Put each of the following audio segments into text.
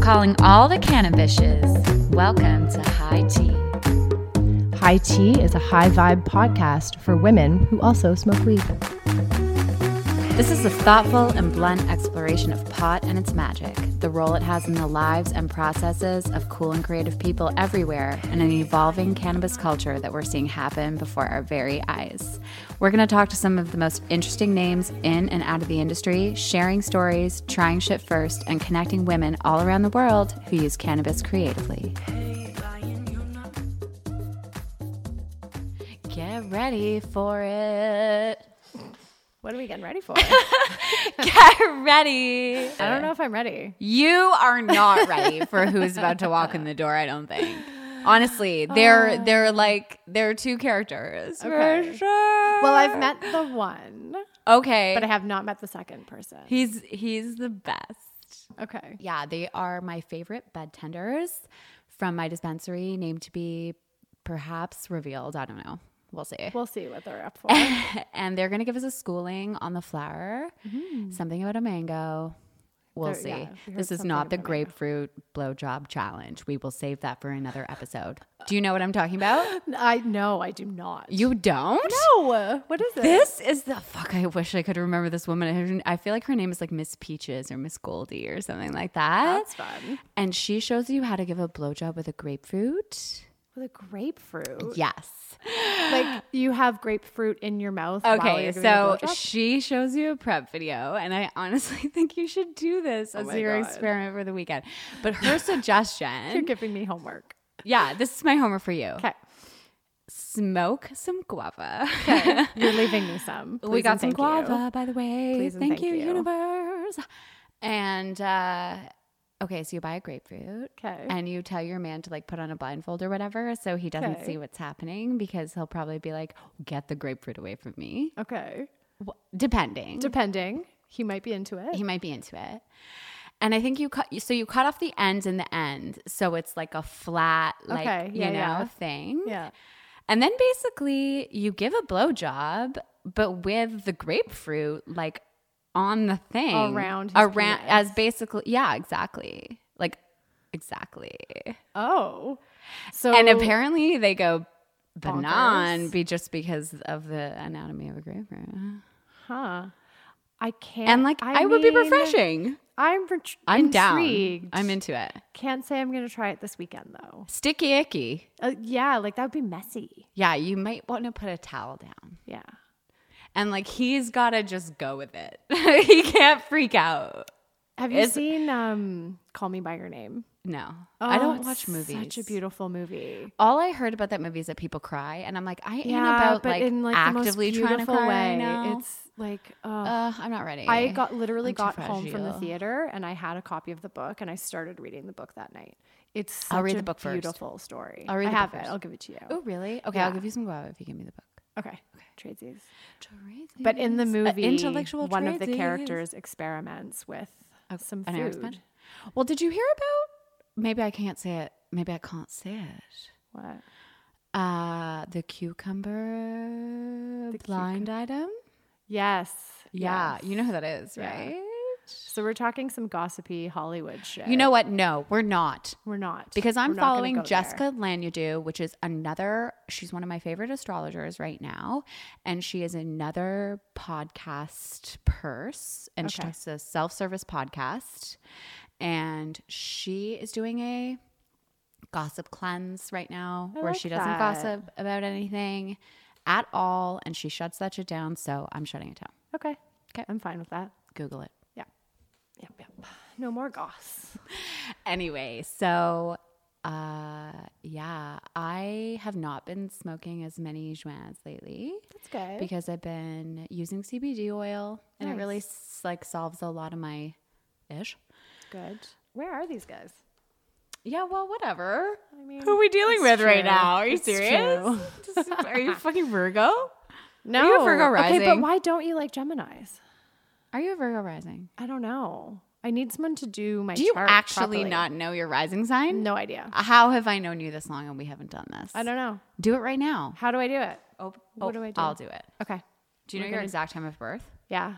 calling all the cannabishes. Welcome to High Tea. High Tea is a high vibe podcast for women who also smoke weed. This is a thoughtful and blunt exploration of pot and its magic, the role it has in the lives and processes of cool and creative people everywhere, and an evolving cannabis culture that we're seeing happen before our very eyes. We're going to talk to some of the most interesting names in and out of the industry, sharing stories, trying shit first, and connecting women all around the world who use cannabis creatively. Get ready for it. What are we getting ready for? Get ready. I don't know if I'm ready. You are not ready for who's about to walk in the door, I don't think. Honestly, they're they're like they're two characters. Okay. For sure. Well, I've met the one, Okay. but I have not met the second person. he's he's the best. Okay. Yeah, they are my favorite bed tenders from my dispensary, named to be perhaps revealed. I don't know. We'll see. We'll see what they're up for. and they're gonna give us a schooling on the flower, something about a mango. We'll Mm-hmm. There- see. yeah, we heard this is something not the about mango. grapefruit blowjob challenge. We will save that for another episode. Do you know what I'm talking about? I no, I do not. You don't? no. What is this? This is the fuck. I wish I could remember this woman. Her- I feel like her name is like Miss Peaches or Miss Goldie or something like that. That's fun. and she shows you how to give a blowjob with a grapefruit. With a grapefruit. Yes. Like you have grapefruit in your mouth. while Okay, you're giving a so blowjob? she shows you a prep video, and I honestly think you should do this as Oh my your God. experiment for the weekend. But her you're suggestion, giving me homework. yeah, this is my homework for you. Okay. Smoke some guava. You're leaving me some. we Please got and some thank you. guava, by the way. Please and thank, thank you, you. universe. And uh, okay, so you buy a grapefruit. 'Kay. And you tell your man to like put on a blindfold or whatever, so he doesn't 'Kay. see what's happening because he'll probably be like, "Get the grapefruit away from me." Okay. Wh- Depending. Depending, he might be into it. he might be into it. And I think you cut so you cut off the ends in the end, so it's like a flat, like Okay, yeah, you know, yeah. thing. yeah. And then basically you give a blowjob, but with the grapefruit like on the thing Around his around penis. as basically yeah exactly like exactly. Oh. So and apparently they go banan Bonkers. be just because of the anatomy of a grapefruit. huh. I can't. And like I, would be mean, refreshing. I'm re- I'm intrigued. down. I'm into it. Can't say I'm going to try it this weekend though. Sticky icky. Uh, yeah, like that would be messy. Yeah, you might want to put a towel down. Yeah. And like he's got to just go with it. he can't freak out. Have you Is- seen um, Call Me by Your Name? No. I Oh, don't watch movies. Such a beautiful movie. All I heard about that movie is that people cry and I'm like I am Yeah, about but like, in like actively the most trying to beautiful cry way. right now. It's like oh, uh, I'm not ready. I got literally I'm too got home from the fragile. theater and I had a copy of the book and I started reading the book that night. It's such I'll read a the book first. beautiful story. I'll read I the book have it. first. I'll give it to you. Oh, really? Okay, I'll Yeah. give you some guava if you give me the book. Okay. Tradesies. Tradezies. But in the Uh, movie, intellectual one of the tradezies. characters experiments with some An Irish bud. food. Well, did you hear about maybe I can't say it. Maybe I can't say it. What? Uh, the cucumber The blind item. Yes. Yeah, yes. you know who that is, Yeah. right? So we're talking some gossipy Hollywood shit. You know what? No, we're not. we're not Because I'm We're not gonna following go there. Jessica Lanyadu, which is another, she's one of my favorite astrologers right now. And she is another podcast purse. And she Okay. talks a self service podcast. And she is doing a gossip cleanse right now I where like she doesn't that. gossip about anything at all. And she shuts that shit down. So I'm shutting it down. Okay. 'Kay. I'm fine with that. Google it. Yeah. Yep. Yep. No more goss. anyway, so uh yeah, I have not been smoking as many joints lately That's good. because I've been using CBD oil and it really s- like solves a lot of my ish. good. Where are these guys? Yeah, well, whatever. I mean, Who are we dealing it's with right true. now? Are you It's serious? true. Just- are you fucking Virgo? No. you a Virgo Okay, but rising? why don't you like Geminis? Are you a Virgo rising? I don't know. I need someone to do my. Do you chart actually properly. not know your rising sign? No idea. How have I known you this long and we haven't done this? I don't know. Do it right now. How do I do it? Oh, What do I do? I'll do it. Okay. Do you know We're your gonna- exact time of birth? Yeah.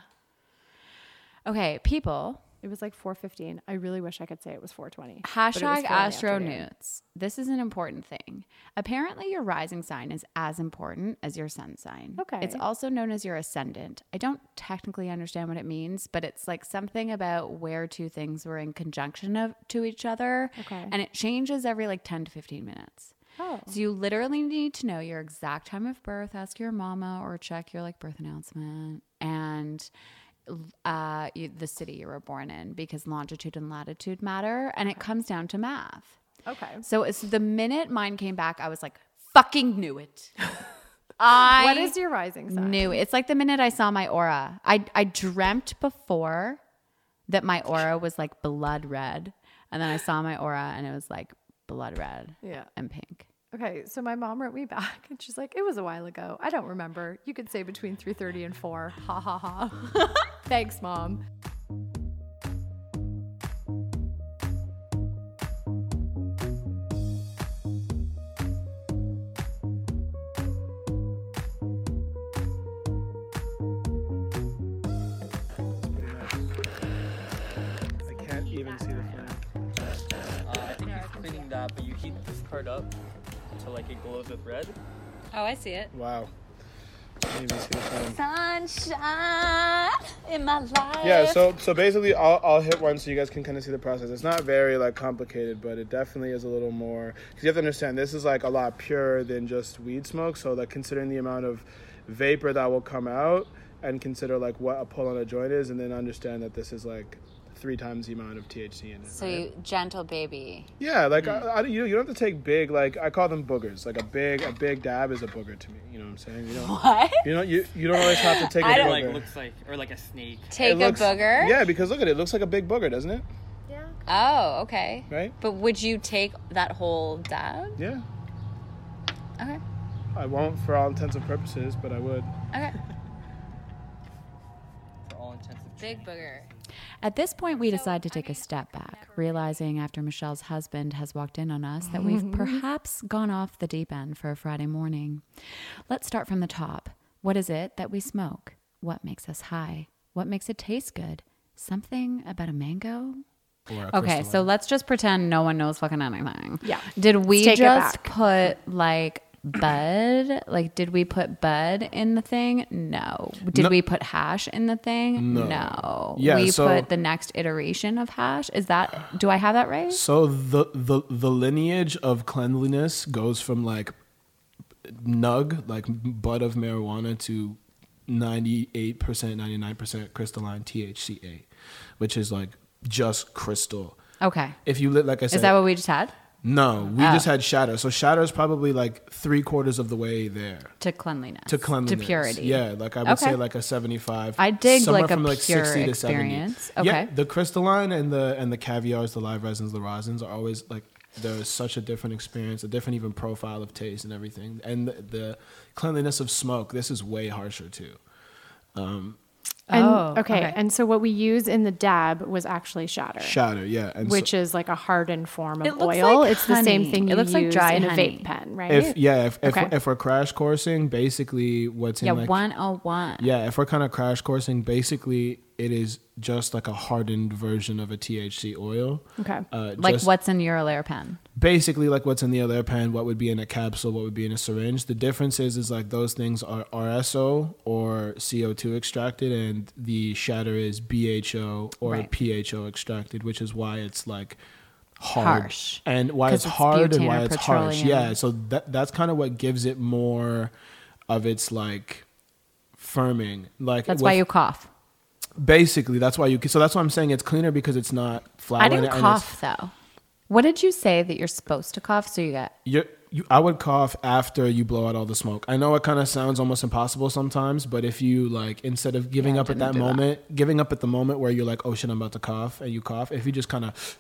Okay, people It was like 4:15. I really wish I could say it was 4:20. but it was Hashtag four in the afternoon. astronauts. This is an important thing. Apparently, your rising sign is as important as your sun sign. Okay. It's also known as your ascendant. I don't technically understand what it means, but it's like something about where two things were in conjunction of, to each other. Okay. And it changes every like 10 to 15 minutes. Oh. So you literally need to know your exact time of birth. Ask your mama or check your like birth announcement and uh, you, the city you were born in because longitude and latitude matter, and it comes down to math. Okay. So it's the minute mine came back, I was like, "Fucking knew it." I what is your rising sign? knew it. it's like the minute I saw my aura. I I dreamt before that my aura was like blood red, and then I saw my aura and it was like blood red Yeah. and pink. Okay, so my mom wrote me back and she's like, "It was a while ago. I don't remember. You could say between 3:30 and 4." Ha ha ha. Thanks, mom. I can't even see the flame. Uh, I think he's cleaning that, but you heat this part up to like it glows with red. Oh, I see it. Wow. I can't even see the flame. sunshine in my life. Yeah, so so basically, I'll, I'll hit one so you guys can kind of see the process. It's not very like complicated, but it definitely is a little more because you have to understand this is like a lot purer than just weed smoke. So like considering the amount of vapor that will come out, and consider like what a pull on a joint is, and then understand that this is like three times the amount of THC in it. So right? you gentle baby. Yeah, like I, I, you, you don't have to take big. Like I call them boogers. Like a big, a big dab is a booger to me. You know what I'm saying? You don't, What? You don't, you, you don't always have to take a It booger. like looks like or like a snake. Take It looks- a booger? Yeah, because look at it. It looks like a big booger, doesn't it? Oh, okay. Right? But would you take that whole dab? Yeah. Okay. I won't for all intents and purposes, but I would. Okay. For all intents and big booger. At this point, we decide to take a step back, realizing after Michelle's husband has walked in on us that we've perhaps gone off the deep end for a Friday morning. Let's start from the top. What is it that we smoke? What makes us high? What makes it taste good? Something about a mango? Okay, so let's just pretend no one knows fucking anything. Yeah. Did we Let's take it just back. put like bud? Like, did we put bud in the thing? No. Did No. we put hash in the thing? No. Yeah, we so- put the next iteration of hash. Is that? Do I have that right? So the the the lineage of cleanliness goes from like nug, like bud of marijuana, to ninety eight percent, ninety nine percent crystalline THCA, which is like just crystal. Okay. If you lit, like I said, Is that what we just had no, we Oh. just had shatter. So shatter is probably like three quarters of the way there to cleanliness? to cleanliness, to purity. Yeah, like I would Okay. say like a seventy-five. I dig, somewhere like, a pure 60 to 70. experience. Yeah, Okay. the crystalline and the and the caviars, the live resins, the rosins are always like there's such a different experience, a different even profile of taste and everything, and the, the cleanliness of smoke. This is way harsher too. And Oh, okay, okay. and so what we use in the dab was actually shatter. Shatter, yeah, and so- which is like a hardened form of It looks oil. like it's the same honey. thing. It You looks like use dry in honey. a vape pen, right? if yeah, if if, Okay. if we're crash coursing, basically what's in Yeah. like One oh one. Yeah, if we're kind of crash coursing, basically it is just like a hardened version of a THC oil. Okay. Uh, Like just what's in your layer pen? Basically, like what's in the other pen, what would be in a capsule, what would be in a syringe. The difference is, is like those things are RSO or CO2 extracted, and the shatter is BHO or Right. PHO extracted, which is why it's like hard Harsh. and why 'Cause it's it's hard butane and why or it's harsh. petroleum. Yeah, so that that's kind of what gives it more of its like firming. Like That's why with- you cough. Basically, that's why you. So that's why I'm saying it's cleaner because it's not flour. I in didn't it and it's- cough though. What did you say that you're supposed to cough? So you got You're, you, I would cough after you blow out all the smoke. I know it kind of sounds almost impossible sometimes, but if you like, instead of giving Yeah, I up at didn't that do that. moment, giving up at the moment where you're like, oh shit, I'm about to cough, and you cough, if you just kind of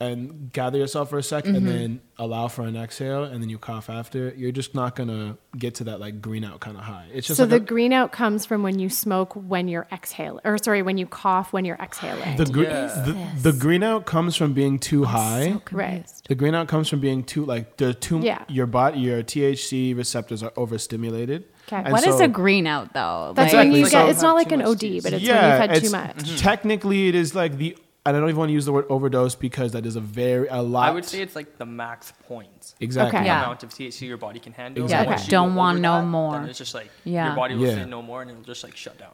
and gather yourself for a 2nd Mm-hmm. and then allow for an exhale and then you cough after, you're just not gonna get to that like green out kind of high. It's just so like the a- green out comes from when you smoke when you're exhaling, or sorry, when you cough when you're exhaling. the, gre- the, the green out comes from being too high. so confused. The green out comes from being too like there are too Yeah. your body your THC receptors are overstimulated. 'Kay. And What is so- a green out though? That's Like- when Exactly. you get. So- it's not like an much OD, THC. but it's Yeah, Mm-hmm. when you've had too it's- much. Technically, it is like the and I don't even want to use the word overdose because that is a very a lot. I would say it's like the max point exactly. Okay. Yeah. amount of THC your body can handle. Exactly. And once Okay. you Don't go want over no that, then more. It's just like Yeah. your body will Yeah. say no more, and it'll just like shut down.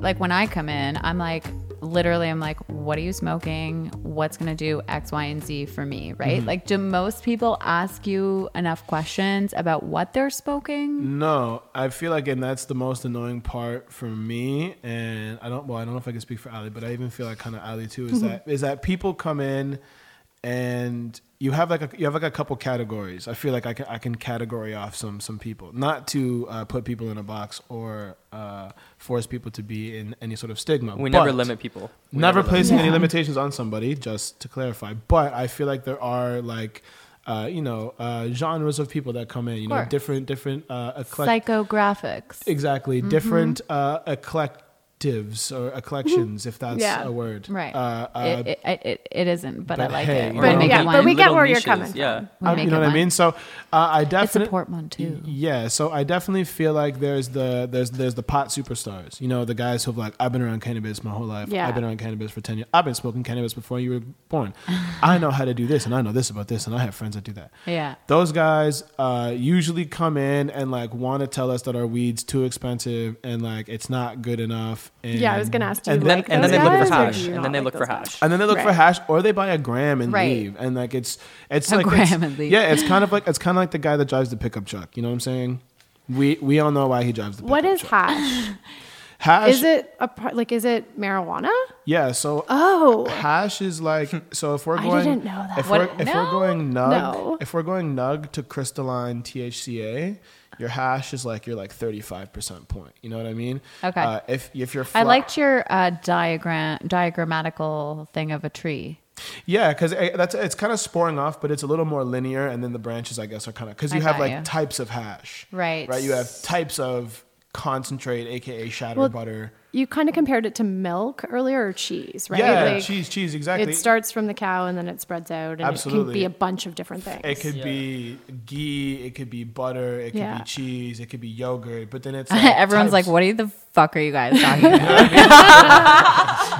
Like when I come in, I'm like, literally, I'm like, what are you smoking? What's going to do X, Y, and Z for me, right? Mm-hmm. Like, do most people ask you enough questions about what they're smoking? Mm, No, I feel like, and that's the most annoying part for me. And I don't, well, I don't know if I can speak for Ali, but I even feel like kind of Ali too. Is that is that people come in and you have like a you have like a couple categories. I feel like I can I can category off some some people, not to uh, put people in a box or uh, force people to be in any sort of stigma. We never but- limit people. We never limit placing any limitations on somebody, just to clarify. But I feel like there are like, uh, you know, uh, genres of people that come in. You know, Sure. different, different, uh, eclectic. Psychographics. exactly, Mm-hmm. different uh, eclectives or eclections, if that's Yeah. a word. Mm-hmm. Right. Uh, uh, it, it, it, it, it isn't, but, I but like hey, it. you We know, make yeah, it but one. we get Little where you're coming Yeah. We I- make you know it what I one. mean? So uh, I It's a definitely portmanteau. Yeah, so I definitely feel like there's the there's there's the pot superstars. You know, the guys who've like I've been around cannabis my whole life. Yeah. I've been around cannabis for ten years. I've been smoking cannabis before you were born. I know how to do this, and I know this about this, and I have friends that do that. Yeah. Those guys uh, usually come in and like want to tell us that our weed's too expensive and like it's not good enough. And, Yeah, I was gonna ask, do and you then- like and those then they guys, look for or do hash, you and not then they like look for those hash. and then they look for Right. hash, or they buy a gram and Right. leave, and like it's it's A like gram it's- and leave. Yeah, it's kind of like it's kind of like the guy that drives the pickup truck. You know what I'm saying? We we all know why he drives the. Pickup What is truck. hash? hash? is it a pro- like? Is it marijuana? yeah? So Oh, hash is like so if we're I going didn't know that. if What- we're if no? we're going nug No. if we're going nug to crystalline THCA. Your hash is like your like thirty five percent point. You know what I mean? Okay. Uh, if if you're I fla- liked your uh, diagram, diagrammatical thing of a tree. Yeah, because that's it's kind of sporing off, but it's a little more linear, and then the branches, I guess, are kind of because you I have got like you. types of hash, Right. Right, you have types of concentrate, aka shatter Well, butter. you kind of compared it to milk earlier or cheese, right? Yeah, Like, cheese, cheese, exactly. It starts from the cow and then it spreads out, and it can Absolutely. be a bunch of different things. It could Yeah. be ghee, it could be butter, it could Yeah. be cheese, it could be yogurt, but then it's Everyone's like, types- what are you, the fuck are you guys talking about?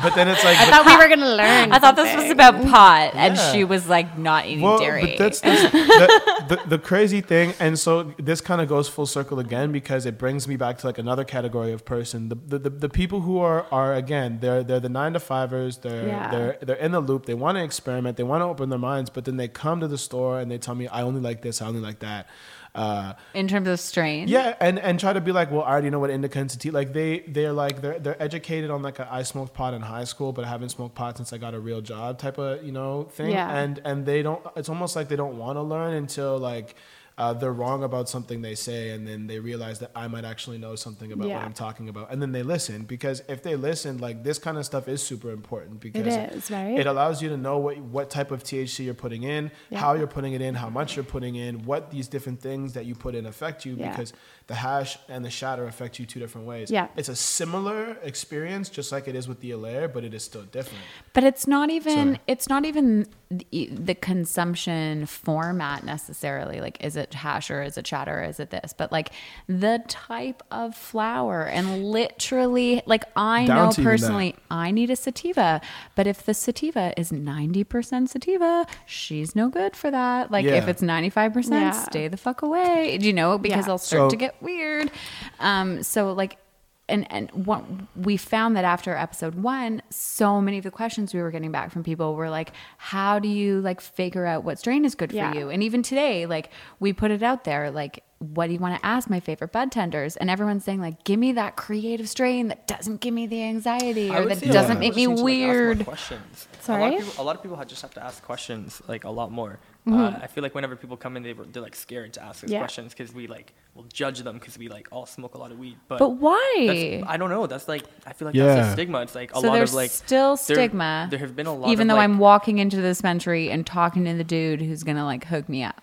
But then it's like, I thought we were gonna learn. I thought this was something. about pot, and Yeah. she was like not eating dairy. But that's, that's the, the, the crazy thing. And so this kind of goes full circle again because it brings me back to like another category of person. The the, the, the people who are are again, they're they're the nine to fivers, they're Yeah. they're they're in the loop, they want to experiment, they want to open their minds, but then they come to the store and they tell me, I only like this, I only like that. Uh, in terms of strain. yeah, and and try to be like, well, I already know what indica and sativa. Like they they're like they're they're educated on like a, I smoked pot in high school, but I haven't smoked pot since I got a real job type of you know thing. Yeah. And and they don't. It's almost like they don't want to learn until like. Uh, they're wrong about something they say, and then they realize that I might actually know something about Yeah. what I'm talking about, and then they listen because if they listen, like this kind of stuff is super important because is, right? it allows you to know what what type of THC you're putting in, how you're putting it in, how much you're putting in, what these different things that you put in affect you Yeah. because the hash and the shatter affect you two different ways. Yeah. It's a similar experience just like it is with the Alaire, but it is still different. But it's not even Sorry. it's not even the, the consumption format necessarily. Like, is it hash or is it shatter or is it this? But like the type of flower and literally, like I Down know to even that. personally, I need a sativa. But if the sativa is ninety percent sativa, she's no good for that. Like if Yeah. it's ninety five Yeah. percent, stay the fuck away. Do you know? Because Yeah. I'll start So- to get weird. Um, so like, and and what we found that after episode one, so many of the questions we were getting back from people were like, "How do you like figure out what strain is good Yeah. for you?" And even today, like we put it out there, like, "What do you want to ask my favorite bud tenders?" And everyone's saying like, "Give me that creative strain that doesn't give me the anxiety I or would that say a lot doesn't of make me people just need to, like, ask more weird." questions. A Sorry? lot, of people, a lot of people ha- just have to ask questions, like a lot more. Mm-hmm. Uh, I feel like whenever people come in, they, were- they're like scared to ask us Yeah. questions because we like will judge them because we like all smoke a lot of weed. But, But why? that's- I don't know. That's like I feel like that's Yeah. a stigma. It's like a so lot there's of like still there- stigma. There, have been a lot, even of, though like, I'm walking into this country and talking to the dude who's gonna like hook me up.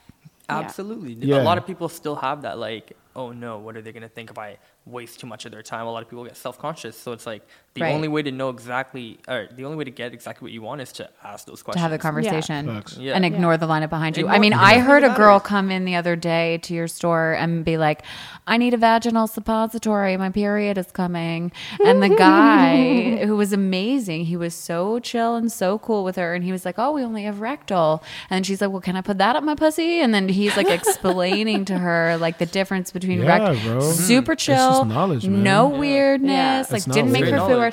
Absolutely. Yeah. A lot of people still have that like, oh no, what are they gonna think if I waste too much of their time? A lot of people get self conscious, so it's like the Right. only way to know exactly, or the only way to get exactly what you want is to ask those to questions. have a conversation Facts. Yeah. and Yeah. ignore the lineup behind you. I Ignore- mean, I Yeah. heard a It girl matters. come in the other day to your store and be like, I need a vaginal suppository. My period is coming. And the guy who was amazing, he was so chill and so cool with her. And he was like, Oh, we only have rectal. And she's like, Well, can I put that up my pussy? And then he's like explaining to her like the difference between Yeah, rectal. bro. Super It's chill. just knowledge, man. No weirdness. Yeah. Like It's didn't make knowledge. her Great feel weird. knowledge.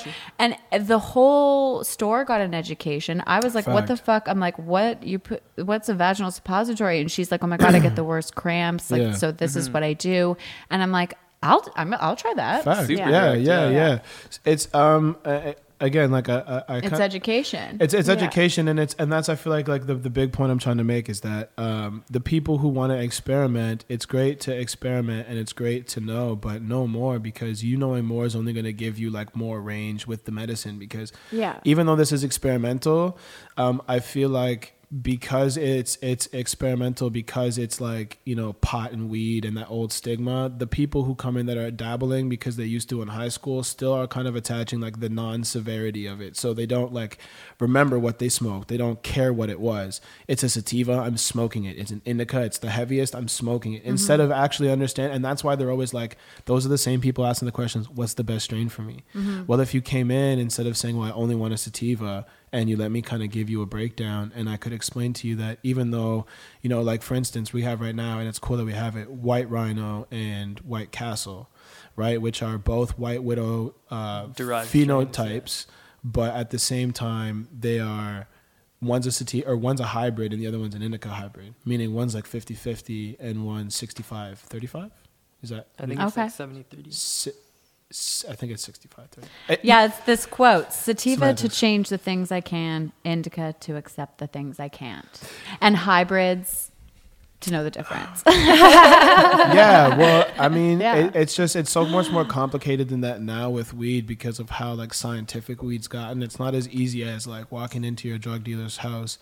And the whole store got an education. I was like, what the Fact. fuck? I'm like, what you put? What's a vaginal suppository? And she's like, oh my god, I get the worst cramps. Like, Yeah. so this is Mm-hmm. what I do. And I'm like, I'll I'm, I'll try that. Fact. Super Yeah, yeah, direct, yeah, yeah. It's um uh, again like I I, I It's kin- education. It's it's education and it's and that's I feel like like the, the big point I'm trying to make is that um, the people who want to experiment, it's great to experiment and it's great to know, but no more because you knowing more is only going to give you like more range with the medicine because Yeah. even though this is experimental, um, I feel like because it's it's experimental because it's like you know pot and weed and that old stigma the people who come in that are dabbling because they used to in high school still are kind of attaching like the non-severity of it so they don't like remember what they smoked they don't care what it was it's a sativa i'm smoking it it's an indica it's the heaviest i'm smoking it instead of actually understand and that's why they're always like those are the same people asking the questions what's the best strain for me well if you came in instead of saying well i only want a sativa and you let me kind of give you a breakdown and I could explain to you that even though, you know, like for instance, we have right now and it's cool that we have it White Rhino and White Castle, right, which are both White Widow uh Derived phenotypes, but at the same time they are one's a sativa or one's a hybrid and the other one's an indica hybrid, meaning one's like 50-50 and one's 65-35. Is that I think it's Okay. like 70 30. si- si- I think it's 65 yeah, it's this quote: "Sativa to Semantics. change the things I can, indica to accept the things I can't, and hybrids to know the difference." Eh, yeah well i mean Yeah. it, it's just it's so much more complicated than that now with weed because of how like scientific weed's gotten it's not as easy as like walking into your drug dealer's house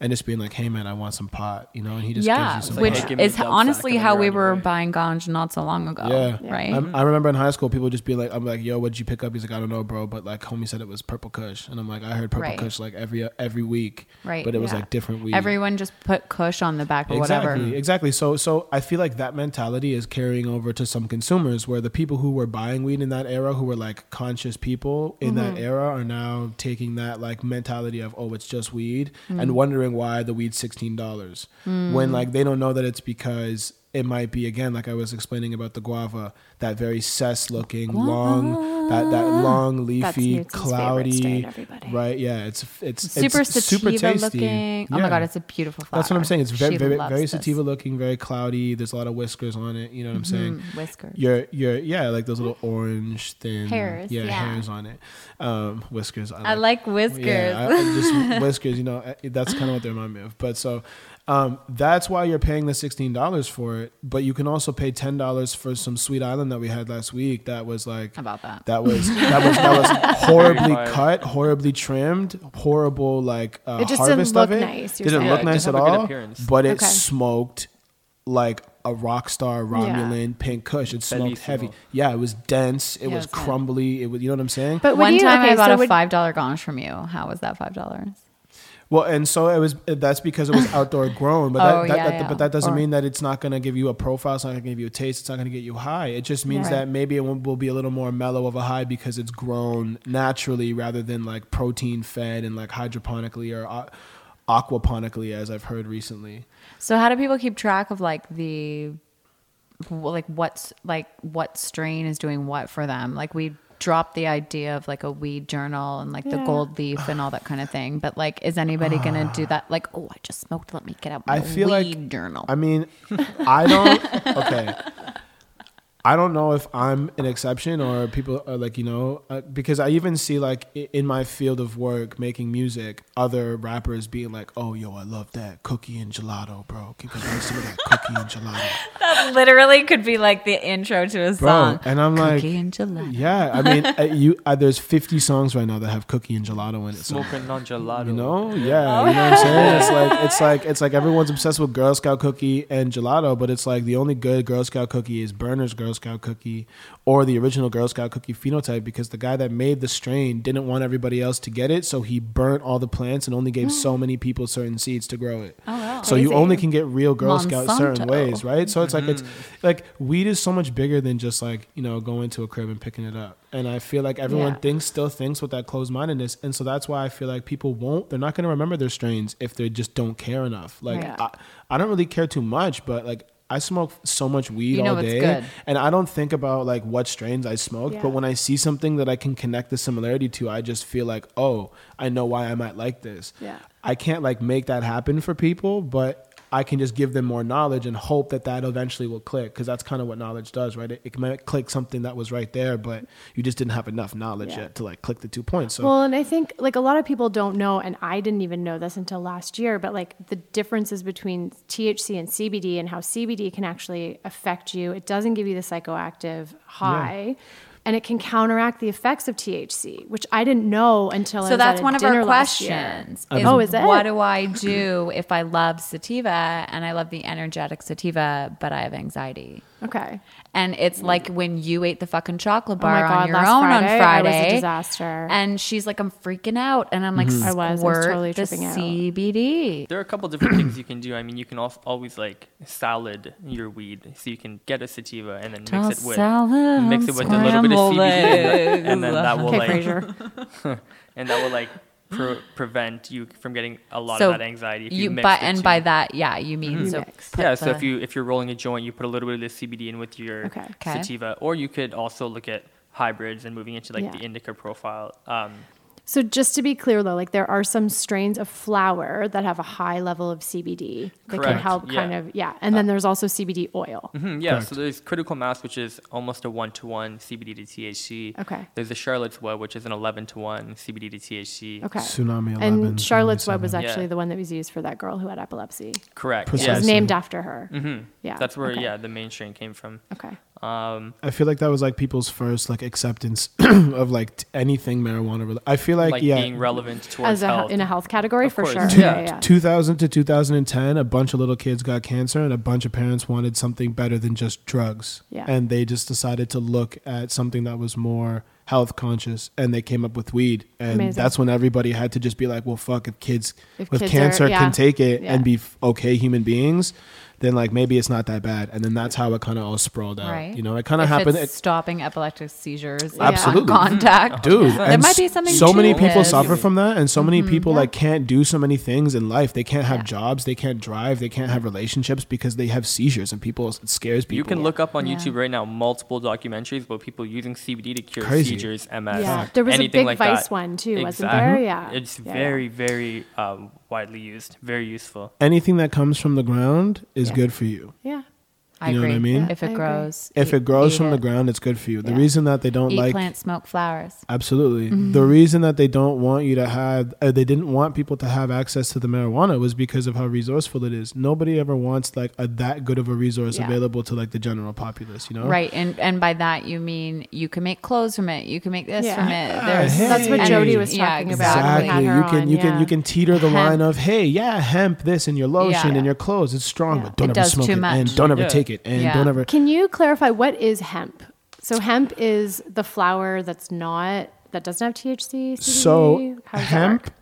and just being like hey man i want some pot you know and he just yeah, gives you some which pot. Like, give me is the dub sack honestly and then how you're we on your were way. buying ganj not so long ago. yeah right. I'm- i remember in high school people just be like i'm like yo what'd you pick up he's like i don't know bro but like homie said it was purple kush and i'm like i heard purple Right. kush like every every week Right, but it was yeah. like different weed Everyone just put Kush on the back or exactly, whatever. Exactly. So so I feel like that mentality is carrying over to some consumers where the people who were buying weed in that era who were like conscious people in that Mm-hmm. era are now taking that like mentality of oh it's just weed Mm. and wondering why the weed's $16 when like they don't know that it's because it might be again like I was explaining about the guava that very cess looking long that that long leafy Newton's favorite strain, cloudy everybody. right yeah it's it's Super it's super sativa tasty looking. Oh my Yeah. god, it's a beautiful flower. That's what I'm saying. It's very, She very, loves very this. sativa looking, very cloudy. There's a lot of whiskers on it. You know what I'm saying? Mm-hmm. Whiskers. Your, your, yeah, like those little orange thin Hairs, Yeah, yeah. hairs on it. Um, whiskers. I like, I like whiskers. Yeah, I, I just whiskers. You know, I- that's kind of what they remind me of. But so, um, that's why you're paying the sixteen dollars for it. But you can also pay ten dollars for some Sweet Island that we had last week. That was like About that. That was that was that was horribly fire. cut, horribly trimmed, horrible like uh, It just didn't harvest look of it. nice, you're Didn't saying. look Yeah, it nice at didn't have a good all. appearance. But it Okay. smoked like a rock star Romulan pink Kush. It smoked Bellissimo. heavy. Yeah, it was dense. It Yeah, was it's nice. crumbly. It was you know what I'm saying. But would One you, time okay, I bought so a would- five dollar ganj from you. How was that five dollars? Well, and so it was. That's because it was outdoor grown, but that, Oh, that, yeah, that- yeah. but that doesn't Or- mean that it's not going to give you a profile. It's not going to give you a taste. It's not going to get you high. It just means Right. that maybe it will, will be a little more mellow of a high because it's grown naturally rather than like protein fed and like hydroponically or a- aquaponically, as I've heard recently. So how do people keep track of like the like what's like what strain is doing what for them? Like we dropped the idea of like a weed journal and like the Yeah. gold leaf and all that kind of thing. But like is anybody gonna do that? Like, oh I just smoked, let me get out my I feel weed like journal. I mean, I don't. Okay. I don't know if I'm an exception or people are like, you know, uh, because I even see like i- in my field of work making music, other rappers being like, oh, yo, I love that cookie and gelato, bro. Can you give me some of that cookie and gelato? That literally could be like the intro to a song. And I'm like, Cookie and gelato. yeah, I mean, uh, you uh, there's 50 songs right now that have cookie and gelato in it. So Smoking non gelato. you know, yeah, you know what I'm saying. It's like it's like it's like everyone's obsessed with Girl Scout cookie and gelato, but it's like the only good Girl Scout cookie is Burner's Girl Scout cookie or the original Girl Scout cookie phenotype because the guy that made the strain didn't want everybody else to get it, so he burnt all the plants and only gave so many people certain seeds to grow it. Mm. Oh, wow. So you only can get real Girl Scouts certain Monsanto. ways, right? So it's like it's like weed is so much bigger than just like you know going to a crib and picking it up. And I feel like everyone Yeah. thinks still thinks with that closed mindedness, and so that's why I feel like people won't. They're not going to remember their strains if they just don't care enough. Like Right. I, I don't really care too much, but like I smoke so much weed You know all it's day, good. and I don't think about like what strains I smoke. Yeah. But when I see something that I can connect the similarity to, I just feel like oh, I know why I might like this. Yeah. I can't like make that happen for people, but I can just give them more knowledge and hope that that eventually will click because that's kind of what knowledge does, right? It, it might click something that was right there, but you just didn't have enough knowledge Yeah. yet to like click the two points. So Well, and I think like a lot of people don't know, and I didn't even know this until last year, but like the differences between THC and CBD and how CBD can actually affect you. It doesn't give you the psychoactive high. And it can counteract the effects of THC, which I didn't know until. I was So at that's a one of our dinner last year. questions. Oh, is it? What do I do if I love sativa and I love the energetic sativa, but I have anxiety? Okay. Oh And it's like when you ate the fucking chocolate my bar God, on your last own on Friday, I was Friday. a disaster. And she's like, I'm freaking out. And I'm like, I was. I was squirt totally the tripping out. CBD. There are a couple different things you can do. I mean, you can al- always like salad your weed, so you can get a sativa and then mix it with salad mix it with a little bit of scrambled CBD, and then that will Okay, like Fraser. and that will like pre- prevent you from getting a lot So of that anxiety. If you, you, mix but the and two. by that, yeah, you mean so. mix. put yeah, so the- if you if you're rolling a joint, you put a little bit of the CBD in with your Okay. Okay. sativa, or you could also look at hybrids and moving into like the Yeah. indica profile. Um, So just to be clear, though, like there are some strains of flower that have a high level of CBD that can Correct, help yeah. Uh, kind of yeah. And then there's also CBD oil. hmm, yeah, so there's critical mass, which is almost a one to one CBD to THC. Okay. There's the Charlotte's Web, which is an eleven to one CBD to THC. Okay. Tsunami 11, And Charlotte's Web was 77. actually Yeah. the one that was used for that girl who had epilepsy. Correct. It Yeah. Mm-hmm. was Precisely. named after her. Yeah. That's where okay. yeah the main strain came from. Okay. Um, I feel like that was like people's first like acceptance of like t- anything marijuana. rela- I feel like, like yeah, being relevant towards As a, health. in a health category Of for course. sure. Two- Yeah. yeah. 2000 to 2010, a bunch of little kids got cancer, and a bunch of parents wanted something better than just drugs. Yeah. And they just decided to look at something that was more health conscious, and they came up with weed. And Amazing. that's when everybody had to just be like, well, fuck, if kids If with kids are- cancer yeah. can take it Yeah. and be f- okay human beings, then like maybe it's not that bad. And then that's how it kind of all sprawled out. Right. You know, it kind of If happened. it's it- stopping epileptic seizures Yeah. on Absolutely. Mm-hmm. contact. dude There might be something so to Mm-hmm. many it. people suffer from that and so many people like can't do so many things in life they can't have jobs they can't drive they can't have relationships because they have seizures and people it scares people You can look up on Yeah. YouTube right now multiple documentaries about people using CBD to cure Crazy. seizures, MS. Yeah. There was a anything big like Vice that. one too, wasn't Exact- there? Uh-huh. Yeah. It's Yeah, yeah. very, very um, widely used, very useful. anything that comes from the ground is Yeah. good for you Yeah. I You know agree. what I mean? If I it agree. grows, if eat- it grows eat from it. the ground it's good for you the Yeah. reason that they don't eat like plants, smoke flowers. Absolutely. Mm-hmm. The reason that they don't want you to have, uh, they didn't want people to have access to the marijuana was because of how resourceful it is. Nobody ever wants like a, that good of a resource Yeah. available to like the general populace, you know? Right, and and by that you mean you can make clothes from it. You can make this Yeah. from it. There's, That's what Ah, hey. Jody was Yeah, talking about. when we exactly. had Exactly. her You can on, you yeah. can you can teeter the Hemp. line of hey yeah hemp this in your lotion Yeah. in your clothes it's strong Yeah. but don't It ever does smoke too it much. and don't ever Yeah. take it and Yeah. don't ever Can you clarify what is hemp? So hemp is the flower that's not that doesn't have THC. CBD? so How does that hemp work?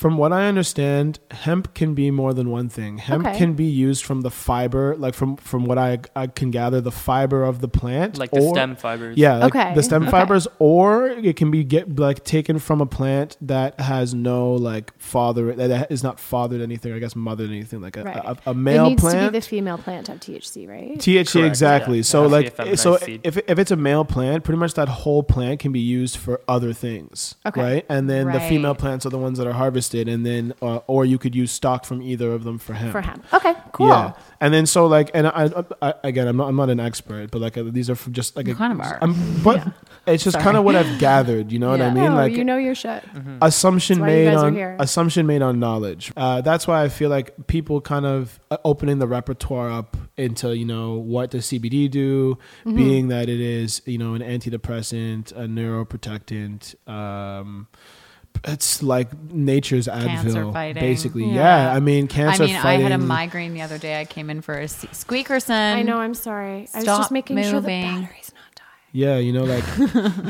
from what i understand hemp can be more than one thing hemp Okay. can be used from the fiber like from from what i i can gather the fiber of the plant Like the or- stem fibers. yeah like Okay, the stem okay. fibers or it can be get like taken from a plant that has no like father that is not fathered anything or i guess mothered anything like a, Right. a, a male It needs plant to be the female plant to have THC, right? THC Correct, exactly. yeah. So Yeah. like CFM so nice seed. if if it's a male plant, pretty much that whole plant can be used for other things, Okay. right? And then the Right. female plants are the ones that are harvested harvested, and then uh, or you could use stock from either of them for hemp. for hemp. Okay, cool. Yeah, and then so like, and I, I again, I'm not, I'm not an expert, but like uh, these are from just like a, kind of are. I'm, but it's just kind of what I've gathered. You know what I Yeah. mean? No, like you know your shit. assumption That's why you made guys are on here. assumption made on knowledge. Uh, that's why I feel like people kind of uh, opening the repertoire up into you know what does CBD do, being that it is you know an antidepressant, a neuroprotectant. Um, it's like nature's Cancer Advil, fighting. basically. Yeah. Yeah. I mean I cancer mean, I fighting. had a migraine the other day. I came in for a se- squeakerson. I know. I'm sorry. I was Stop just making sure the moving. battery's not dying. Yeah, you know, like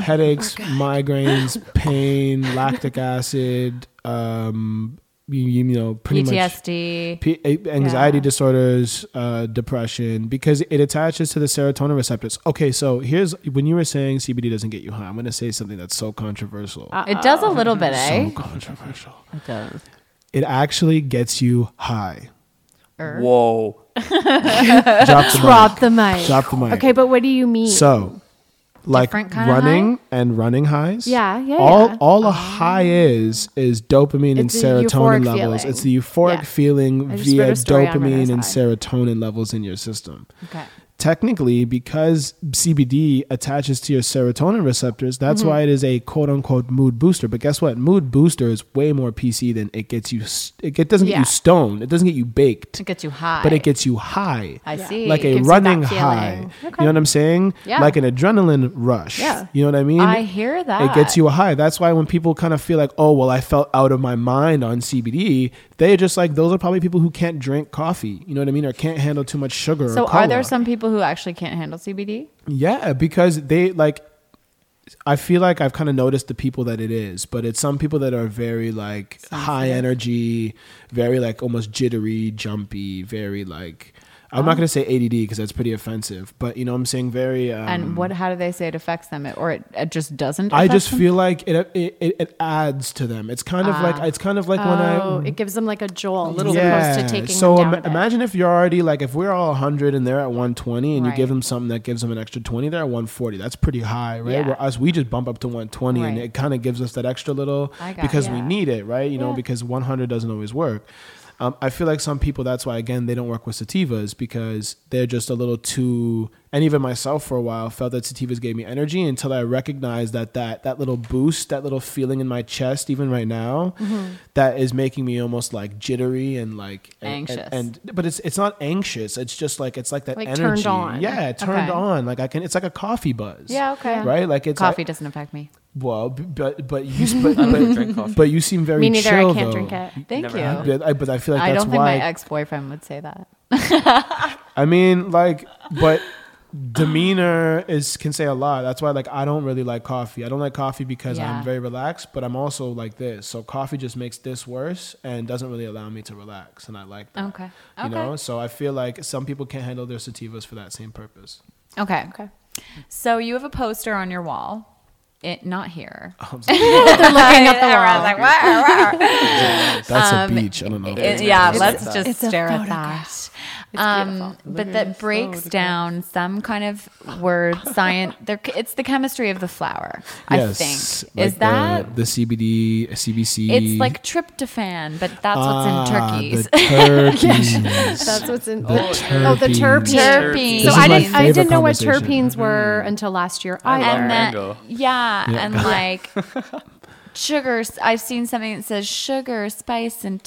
headaches, migraines, pain, lactic acid, um, you, you know, pretty much PTSD. P- a- anxiety Yeah. disorders, uh, depression, because it attaches to the serotonin receptors. Okay, so here's when you were saying CBD doesn't get you high. I'm going to say something that's so controversial. It does a little bit, eh? so controversial. Uh, It does. It actually gets you high. Er. Whoa. Drop the Drop mic. the mic. Drop the mic. Okay, but what do you mean? So, like Different kinda running and running highs. Yeah, yeah, All yeah. Oh. all a high is is dopamine and It's the serotonin euphoric levels. feeling. It's the euphoric Yeah. feeling I just via read a story on dopamine runner's and high. serotonin levels in your system. Okay. Technically, because CBD attaches to your serotonin receptors, Mm-hmm. that's why it is a quote unquote mood booster. But guess what? Mood booster is way more PC than it gets you. s- It get, doesn't get Yeah. you stoned. It doesn't get you baked It gets you high. but it gets you high. I Yeah. see. Like a It gives you that running feeling. high. You Okay. know what I'm saying? Yeah. Like an adrenaline rush. Yeah. You know what I mean? I hear that. It gets you a high. That's why when people kind of feel like, oh, well, I felt out of my mind on CBD, they're just like, those are probably people who can't drink coffee. You know what I mean? Or can't handle too much sugar. So or are there cola. some people who actually can't handle CBD? Yeah, because they like. I feel like I've kind of noticed the people that it is, but it's some people that are very like high energy, very like almost jittery, jumpy, very like. I'm Um. not going to say ADD because that's pretty offensive, but you know what I'm saying very. Um, and what? How do they say it affects them, It- or it, it just doesn't? I affect just them? feel like it it, it it adds to them. It's kind of like it's kind of like when I Ah. Oh, it gives them like a jolt little as bit. opposed to taking them so down ima- a bit. imagine if you're already like if we're all 100 and they're at 120 and you give Right. them something that gives them an extra 20 they're at 140 that's pretty high right Yeah. where us we just bump up to 120 and Right. it kind of gives us that extra little I got because it. we Yeah. need it right you know Yeah. because 100 doesn't always work um, I feel like some people, that's why, again, they don't work with sativas because they're just a little too. And even myself for a while felt that sativas gave me energy until I recognized that that, that little boost, that little feeling in my chest, even right now, Mm-hmm. that is making me almost like jittery and like and- and- Anxious. And, but it's it's not anxious. It's just like it's like that Like turned energy. on. Yeah, turned Okay. on. Like I can. It's like a coffee buzz. Yeah. Okay. Right. Like it's Coffee Like, doesn't affect me. well, b- but but you s- but, I don't really but, drink coffee. but you seem very Me neither. chill I can't though. drink it. Thank Never you. had But I, but I feel like I that's don't think why. my ex-boyfriend would say that. I mean, like, but demeanor is can say a lot. That's why, like, I don't really like coffee. I don't like coffee because Yeah. I'm very relaxed, but I'm also like this. So coffee just makes this worse and doesn't really allow me to relax. And I like that. Okay. You know, so I feel like some people can't handle their sativas for that same purpose. Okay. Okay. So you have a poster on your wall. It not here. They're looking at the wall. I was like, wow, wow. That's a beach. I don't know. Um, It- yeah, It's- let's it's just stare at that. Um, but that breaks down some kind of word science. There, it's the chemistry of the flower. I think is that the, CBD, CBC? it's like tryptophan, but that's what's in turkeys. Ah, turkeys. That's what's in. The oh, the terpenes. terpenes. Terpenes. So This is I my didn't. I favorite didn't know what conversation. terpenes were until last year I love either. Or and then mango. yeah, and like sugars. I've seen something that says sugar, spice, and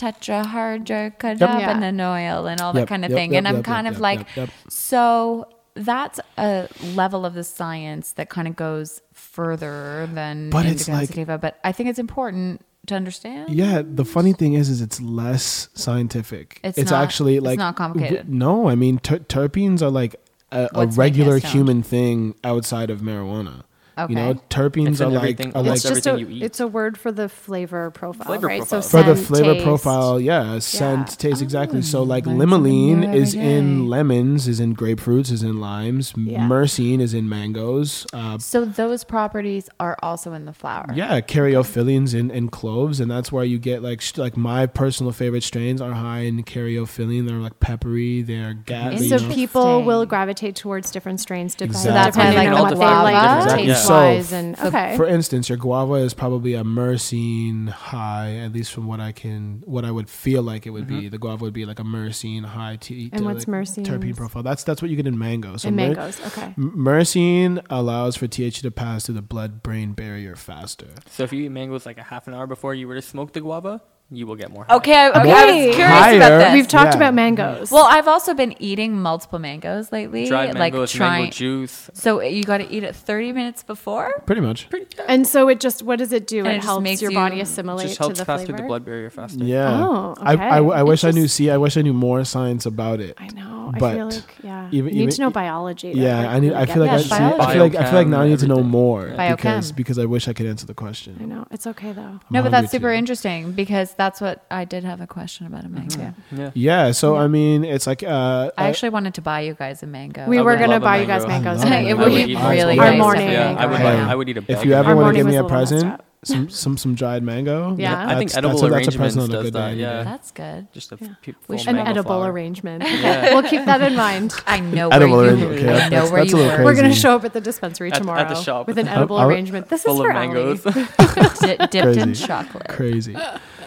tetrahydrocannabinol oil, and all that Yep, kind of yep, thing. yep, and I'm yep, kind yep, of yep, like, yep, yep. so that's a level of the science that kind of goes further than But indica it's and like- sativa. But I think it's important to understand. Yeah, the funny thing is, is it's less scientific. It's It's, not- actually it's like not complicated. no, I mean ter- terpenes are like a, a What's making regular us stoned? human thing outside of marijuana. You know, Okay. terpenes It's are in like everything- are like it's it's just a. everything you eat. It's a word for the flavor profile, Flavor right? profile. So for the scent, flavor taste. profile. Yeah, scent, Yeah. Oh, taste exactly. So like learn something new limonene every is day. in lemons, is in grapefruits, is in limes. Yeah. Myrcene is in mangoes. Uh, So those properties are also in the flower. Yeah, caryophyllines and, and cloves, and that's where you get like sh- like my personal favorite strains are high in caryophyllin. They're like peppery. They're gas. It's So you know. Interesting. people will gravitate towards different strains depending Exactly. So that's why I depending like on the what they guava. like. to Exactly. taste. Yeah. wise and okay. For instance, your guava is probably a myrcene high, at least from what I can, what I would feel like it would be. The guava would be like a myrcene high T. Mm-hmm. And to, what's like, myrcene? Terpene profile. That's that's what you get in mango. So and myr- mangoes, okay. m- myrcene allows for THC to pass through the blood-brain barrier faster. So if you eat mangoes like a half an hour before you were to smoke the guava, you will get more. high. Okay, I, okay, I Hey. was curious Higher. about this. We've talked Yeah. about mangoes. well, I've also been eating multiple mangoes lately. Dried mangoes, like trying. mango juice. So eh, you got to eat it 30 minutes before? Pretty much. and so it just what does it do? And it It, just helps makes your you- body it It assimilate just helps to the pass through flavor. the blood barrier faster. Yeah. Oh, I, I, okay. I wish I knew. See, I wish I knew more science about it. I know. I But feel like yeah. even- you need even- e-, to know biology. to, Yeah, like, I need. really I get feel like I, that. Yes, see, I feel like I feel like now I need to know Biochem, more everything. because Biochem. because I wish I could answer I the question. know. It's okay though. No, but hungry that's super too. interesting because that's what I did have a question about a Mm-hmm. mango. Yeah. Yeah, so I mean, it's like uh, I uh, actually wanted to buy you guys a mango. We I were would gonna love a buy you guys mango. mangoes. I love anyway. it would mangoes. be really Our nice morning. Yeah, I would, right like, now. I would eat a bag if you of ever mango. Our want morning to give me was a a little messed present, up. some some some dried mango. Yeah. I I think that's- that's edible a- that's a arrangements present on a does good that. day. Yeah. That's good. just a yeah. We should An mango edible arrangement. we'll keep that in mind. I know Edible where you, arrangement, okay, I know that's- where that's you a little were. We're gonna Crazy. show up at the dispensary At- at the tomorrow shop. with an edible I'll- arrangement. This is full for of Ali. mangoes. Di- dipped in Crazy. chocolate. crazy.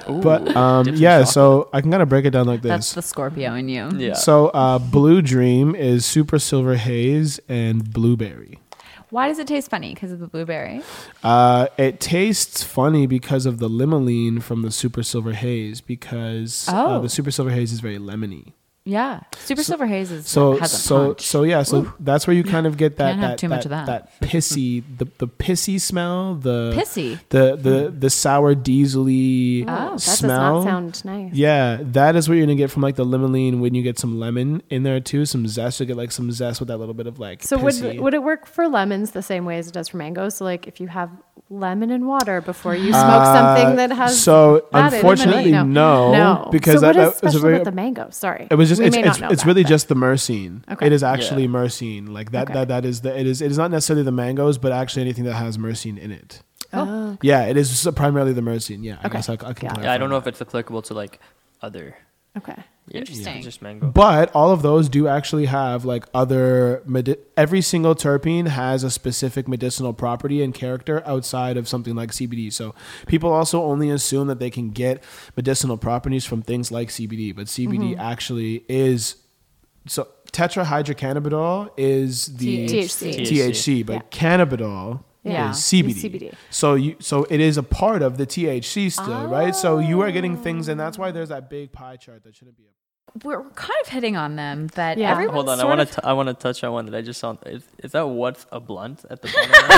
but um, yeah, so I can kind of break it down like That's this. the Scorpio in you. yeah. So uh, blue dream is super silver haze and blueberry. Why does it taste funny? Because of the blueberry. Uh, it tastes funny because of the limonene from the super silver haze because uh, Oh. the super silver haze is very lemony. Yeah, super silver haze is So has a so punch. so yeah. So that's where you kind of get that Can't have that, too that, much of that. that pissy the the pissy smell the Pissy? the the the sour diesely Oh, that does smell. not sound nice. yeah, that is what you're gonna get from like the limonene when you get some lemon in there too, some zest. You get like some zest with that little bit of like. So pissy. would would it work for lemons the same way as it does for mangoes? So like if you have lemon and water before you smoke something that has Uh, so that in it, unfortunately no, no, no. because so what is that- that was a special very- about the mango? Sorry, It was just we it's may it's, not know it's that, really but- just the myrcene. Okay. It is actually Yeah. myrcene. Like that Okay. that that is the it is it is not necessarily the mangoes, but actually anything that has myrcene in it. Oh. Yeah, it is s- primarily the myrcene. Yeah, I Okay. guess I, c- Yeah. I can Yeah, clarify I don't know that. if it's applicable to like other. okay. Yeah, Interesting. Just mango. But all of those do actually have like other medi- every single terpene has a specific medicinal property and character outside of something like CBD. So people also only assume that they can get medicinal properties from things like CBD, but CBD actually is so tetrahydrocannabinol is the THC. THC, but cannabidiol Yeah. is CBD. Is CBD. So you so it is a part of the THC still, right? So you are getting things and that's why there's that big pie chart that shouldn't be a we're we're kind of hitting on them, but Yeah. everyone Hold on, I sort want of- to. I want to touch on one that I just saw. Is, is that what's a blunt at the bottom? right?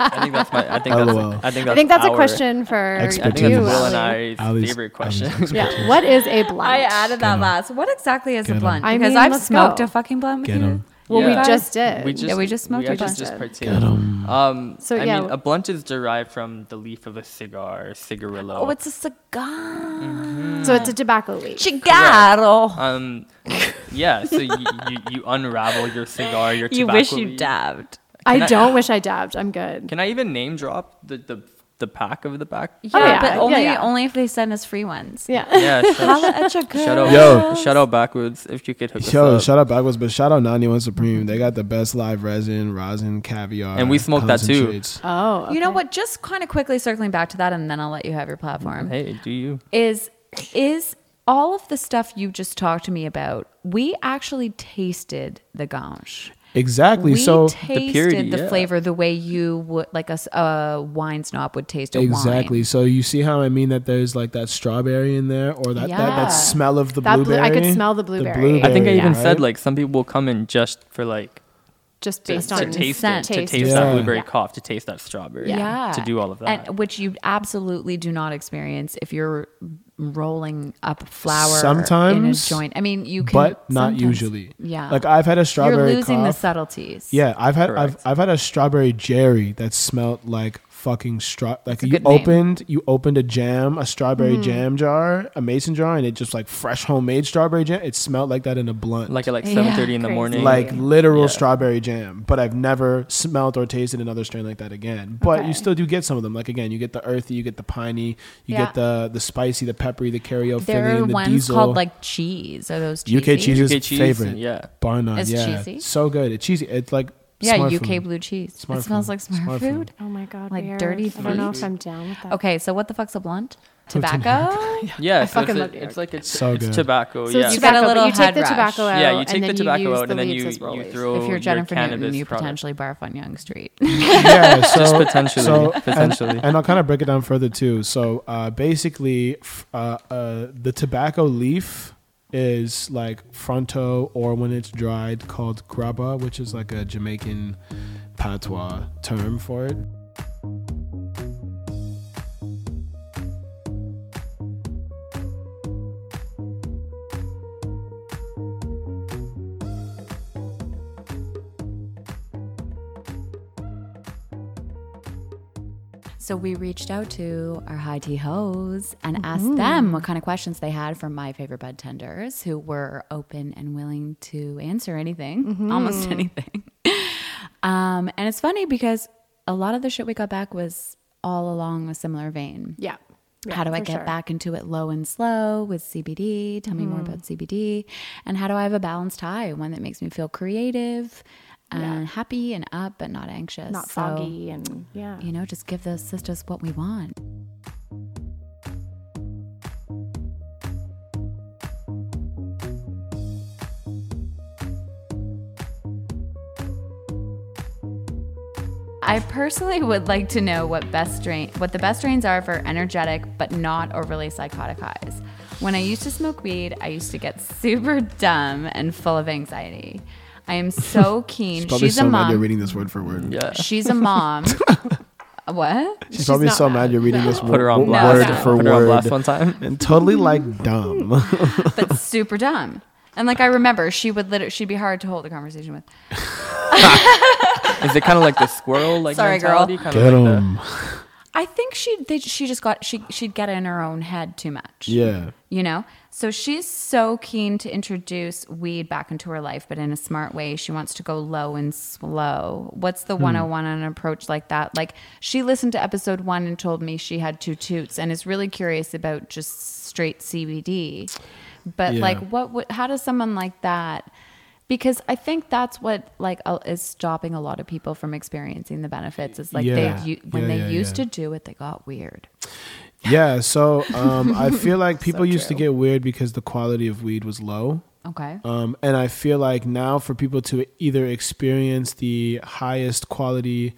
I think that's my. I think that's. LOL. I think that's. I think that's a our- question for Expertise. I think you. that's Will and Ali. I's Ali's- favorite Ali's question. Yeah. What is a blunt? I added that last. What exactly is a blunt? I Because mean, I've let's smoked go. a fucking blunt with Get you. 'em. Well, we Yeah. just did. We just, Uh, we just smoked we a actually just blunt. partook. Um, So, I yeah. mean, a blunt is derived from the leaf of a cigar, cigarillo. Oh, it's a cigar. Mm-hmm. so it's a tobacco leaf. Cigarro. um, yeah. So you, you, you unravel your cigar, your You tobacco wish you leaf. dabbed. I, Can I- don't wish I dabbed. I'm good. Can I even name drop the the, the pack of the pack? Yeah, Oh, yeah. but Yeah, only yeah. only if they send us free ones. yeah. Yeah. Holla Shout, at your girl. shout out. Yo. Shout out backwoods if you could hook us Yo, up. shout out backwards, but shout out 91 Supreme. They got the best live resin, rosin, caviar. And we smoked that too. concentrates. Oh, You know okay. what? Just kind of quickly circling back to that, and then I'll let you have your platform. Hey, do you? is is all of the stuff you just talked to me about we actually tasted the ganj Exactly. we so tasted the, purity, yeah. flavor the way you would like a, s- a wine snob would taste a exactly. wine So you see how I mean that there's like that strawberry in there or that that, Yeah. that smell of the That blue- blueberry. I could smell the blueberry. I think I blueberry, even right? said like some people will come in just for like Just to, based to on taste scent. it, to Taste. taste Yeah. that blueberry Yeah. cough, to taste that strawberry, yeah to do all of that. and which you absolutely do not experience if you're rolling up flour in a Sometimes, joint i mean you can but not sometimes- usually. yeah Like I've had a strawberry you're losing the cough. subtleties Yeah, I've had I've, Correct. I've had a strawberry jerry that smelled like fucking straw. Like a you good name. opened you opened a jam, a strawberry Mm-hmm. jam jar, a mason jar, and it just like fresh homemade strawberry jam. It smelled like that in a blunt, like like at like Yeah, seven thirty in the crazy. morning, like literal Yeah. strawberry jam. But I've never smelled or tasted another strain like that again. But Okay. you still do get some of them. Like again, you get the earthy, you get the piney, you Yeah. get the the spicy, the peppery, the karaoke, there are the ones diesel. called like cheese are those cheesy? UK cheese UK is cheese, favorite. yeah. bar none. It's yeah, cheesy? so good. It's cheesy. It's like Yeah, Smart UK food. blue cheese. Smart it smells food. like smart, Smart food. food. Oh my god, Like weird. dirty I don't know if food. I'm down with that. Okay, so what the fuck's a blunt? Tobacco. Tobacco. Yeah, so fucking it's, a- love New it's York. like a, So it's good. tobacco. So yeah, it's You've got a tobacco, little but you take head the rash. tobacco out. yeah. You take and the then tobacco use out the and then leaves you, as you rollers. throw if you're Jennifer Oh, your Newton, cannabis you product. potentially barf on Young Street. yeah, so, Just potentially, so- and- potentially. And, I'll kind of break it down further too. So uh, basically, f- uh, uh, the tobacco leaf is like fronto, or when it's dried, called graba, which is like a Jamaican patois term for it. So we reached out to our high tea hoes and Mm-hmm. asked them what kind of questions they had from my favorite bud tenders, who were open and willing to answer anything, Mm-hmm. almost anything. um, and it's funny because a lot of the shit we got back was all along a similar vein. Yeah. Yeah, how do I for get sure. back into it low and slow with CBD? Tell me more Mm-hmm. about CBD. And how do I have a balanced high, one that makes me feel creative and happy and up but not anxious? Not So- foggy and yeah. you know, just give those sisters what we want. I personally would like to know what best strain, what the best strains are for energetic but not overly psychotic highs. When I used to smoke weed, I used to get super dumb and full of anxiety. I am so keen. Probably She's so a mad you're mom. reading this word for word. yeah. She's a mom. what? She's, probably not so mad. mad you're reading this Put her on wo- blast. word for Put her on word. blast one time. And totally like dumb. But super dumb. And like I remember, she would literally she'd be hard to hold a conversation with. Is it kind of like the squirrel like Sorry, girl. mentality? Kind Get of like 'em. I think she they, she just got she she'd get in her own head too much. Yeah. you know so she's so keen to introduce weed back into her life but in a smart way she wants to go low and slow what's Hmm. the 101 on an approach like that like she listened to episode one and told me she had two toots and is really curious about just straight cbd but Yeah. like what would how does someone like that because i think that's what like uh, is stopping a lot of people from experiencing the benefits is like Yeah. they u- when Yeah, they yeah, used yeah. to do it they got weird Yeah, so um, I feel like people used to get weird because the quality of weed was low. okay Um, and I feel like now for people to either experience the highest quality,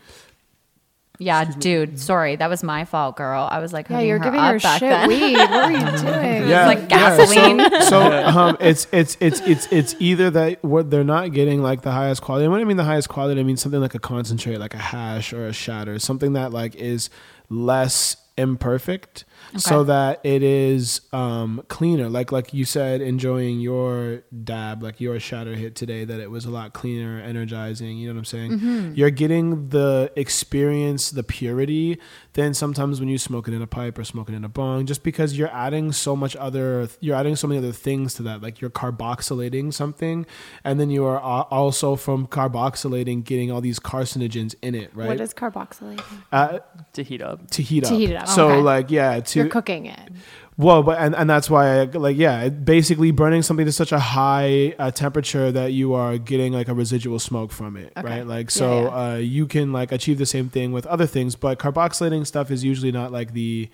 Yeah, dude. Sorry, that was my fault, girl. I was like, Yeah, hooking you're her giving up her back shit then. weed. What are you doing? Yeah, like yeah, so- gasoline. so um, it's it's it's it's it's either that what they're not getting like the highest quality. And when I mean the highest quality, I mean something like a concentrate, like a hash or a shatter, something that like is less imperfect, so Okay. that it is um, cleaner. Like like you said, enjoying your dab, like your shatter hit today, that it was a lot cleaner, energizing. You know what I'm saying? Mm-hmm. You're getting the experience, the purity. Then sometimes when you smoke it in a pipe or smoking in a bong, just because you're adding so much other, you're adding so many other things to that. Like you're carboxylating something, and then you are a- also from carboxylating getting all these carcinogens in it, right? What is carboxylate? uh, to heat up. to heat up. heat it up, So okay. like yeah, to You're cooking it. well, but and, and that's why, like, yeah, it- basically burning something to such a high uh, temperature that you are getting like a residual smoke from it, right? Like, so Uh, you can like achieve the same thing with other things, but carboxylating stuff is usually not like the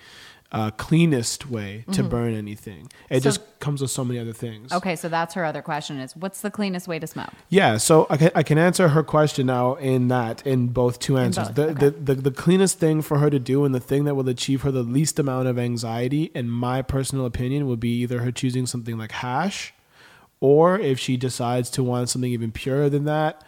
uh, cleanest way to burn anything. It just comes with so many other things. Okay, so that's her other question: is what's the cleanest way to smoke? Yeah, so I can, I can answer her question now in that in both two answers. both, the, the, the the cleanest thing for her to do and the thing that will achieve her the least amount of anxiety, in my personal opinion, would be either her choosing something like hash, or if she decides to want something even purer than that,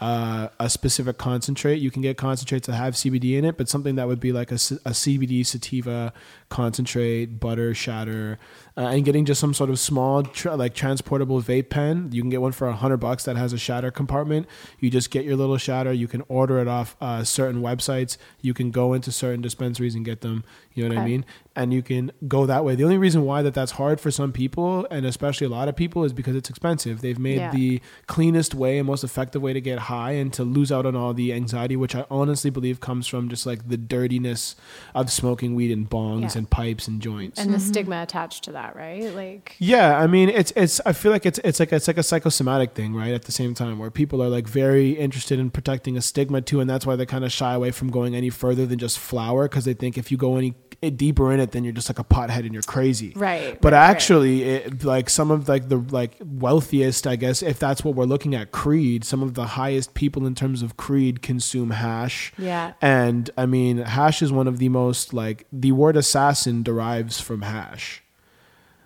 uh, a specific concentrate. You can get concentrates that have CBD in it, but something that would be like a, s- a CBD sativa concentrate, butter, shatter, uh, and getting just some sort of small, tra- like transportable vape pen. You can get one for a hundred bucks that has a shatter compartment. You just get your little shatter. You can order it off uh, certain websites. You can go into certain dispensaries and get them. You know what I mean? And you can go that way. The only reason why that that's hard for some people, and especially a lot of people, is because it's expensive. They've made Yeah. the cleanest way and most effective way to get high high and to lose out on all the anxiety, which I honestly believe comes from just like the dirtiness of smoking weed and bongs Yeah. and pipes and joints. and the stigma attached to that, right? Like, Yeah, I mean, it's it's. I feel like it's it's like it's like a psychosomatic thing, right? At the same time, where people are like very interested in protecting a stigma too, and that's why they kind of shy away from going any further than just flower, because they think if you go any eh, deeper in it, then you're just like a pothead and you're crazy, Right, But right, right. actually, it, like some of like the like wealthiest, I guess, if that's what we're looking at, creed. Some of the highest people in terms of creed consume hash. Yeah. and I mean, hash is one of the most like the word assassin derives from hash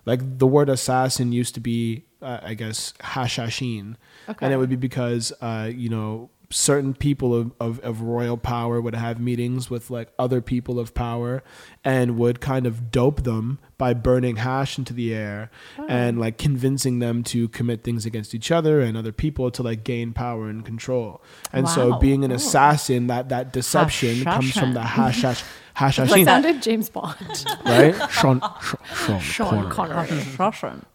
like the word assassin used to be uh, i guess hashashin and it would be because uh, you know certain people of, of, of royal power would have meetings with like other people of power and would kind of dope them by burning hash into the air and like convincing them to commit things against each other and other people to like gain power and control and so Wow. being an assassin that that deception comes from the hashash hashashin sounded James Bond. right sean, sean, Connery. James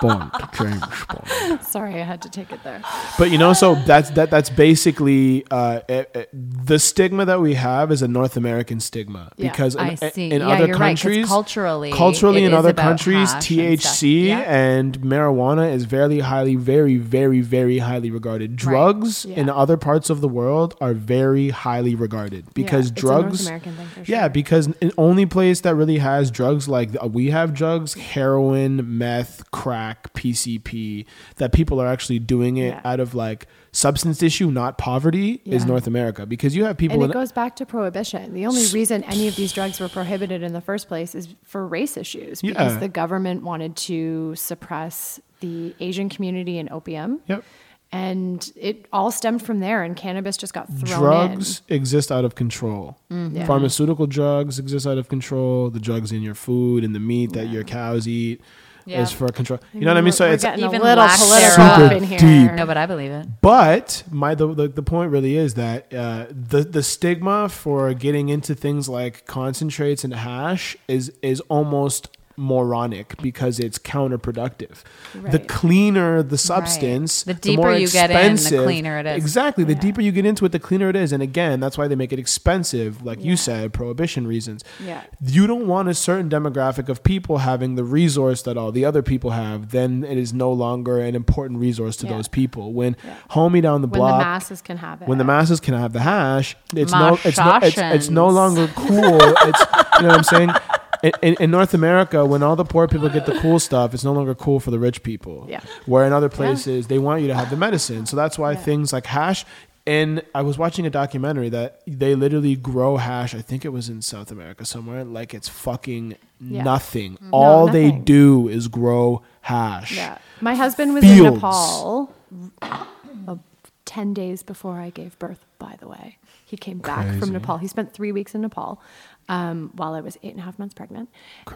Bond, James Bond. Sorry, I had to take it there. But you know, so that's that. That's basically uh, eh, eh, the stigma that we have is a North American stigma Yeah, because in, I see. in Yeah, other you're right, 'cause countries, culturally, culturally it in is other about countries, hash and stuff. THC Yeah. and marijuana is very highly, very, very, very highly regarded. Drugs in Yeah. other parts of the world are very highly regarded because it's a North drugs. American thing for Yeah, sure. because the only place that really has drugs like uh, we have drugs, heroin, meth, crack, PCP, that people are actually doing it Yeah. out of like substance issue, not poverty, is Yeah. North America. Because you have people And it in- goes back to prohibition. The only reason any of these drugs were prohibited in the first place is for race issues because Yeah. the government wanted to suppress the Asian community in opium. Yep. And it all stemmed from there, and cannabis just got thrown drugs exist out of control. Mm-hmm. Pharmaceutical drugs exist out of control. The drugs in your food and the meat that your cows eat Yeah. is for control. You know what I mean? So we're it's getting a even little lack political thereof. up in Super here. deep. No, but I believe it. But my the, the, the point really is that uh, the the stigma for getting into things like concentrates and hash is is almost moronic because it's counterproductive. The Right. cleaner the substance, The more deeper you get in, the expensive- cleaner it is. Exactly. The deeper you get into it, the cleaner it is. And again, that's why they make it expensive, like you said, prohibition reasons. Yeah. You don't want a certain demographic of people having the resource that all the other people have, then it is no longer an important resource to Yeah. those people. When homie down the when block the masses can have it. when the masses can have the hash, it's no, it's no, it's, it's no Mashashions. longer cool. it's, you know what I'm saying? In, in, in North America, when all the poor people get the cool stuff, it's no longer cool for the rich people. Yeah. Where in other places, they want you to have the medicine. So that's why things like hash. And I was watching a documentary that they literally grow hash. I think it was in South America somewhere. Like it's fucking Yeah. Mm-hmm. nothing. All they nothing. do is grow hash. Yeah. My husband was in Fields. Nepal uh, 10 days before I gave birth, by the way. He came back from Nepal. He spent three weeks in Nepal um, while I was eight and a half months pregnant.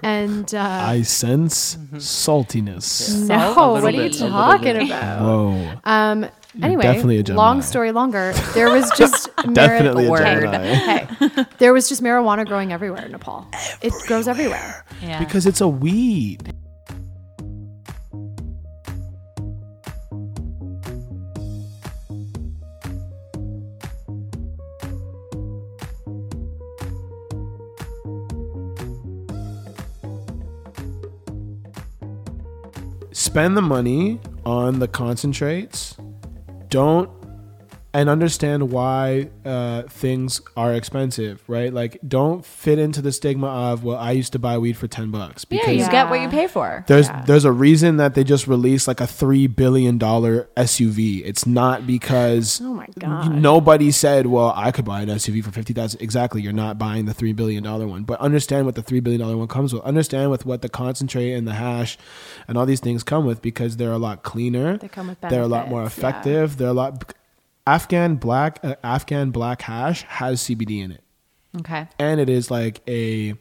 And uh, I sense Mm-hmm. saltiness. A no, little what are you bit, a little talking about? Whoa. Um, anyway, definitely a Gemini. long story longer. There was just mari- Definitely a Hey, Gemini. Hey, there was just marijuana growing everywhere in Nepal. It grows everywhere. Yeah. because it's a weed. spend the money on the concentrates. Don't and understand why uh, things are expensive, right? Like, don't fit into the stigma of well, I used to buy weed for ten bucks because Yeah, you Yeah. get what you pay for. there's there's a reason that they just released like a three billion dollar SUV. It's not because Oh my God. nobody said, "Well, I could buy an SUV for fifty thousand. Exactly, you're not buying the three billion dollar one, but understand what the three billion dollar one comes with. Understand with what the concentrate and the hash and all these things come with because they're a lot cleaner. They come with They're a lot more benefits, yeah. effective. They're a lot. Afghan black uh, Afghan black hash has CBD in it Okay. and it is like a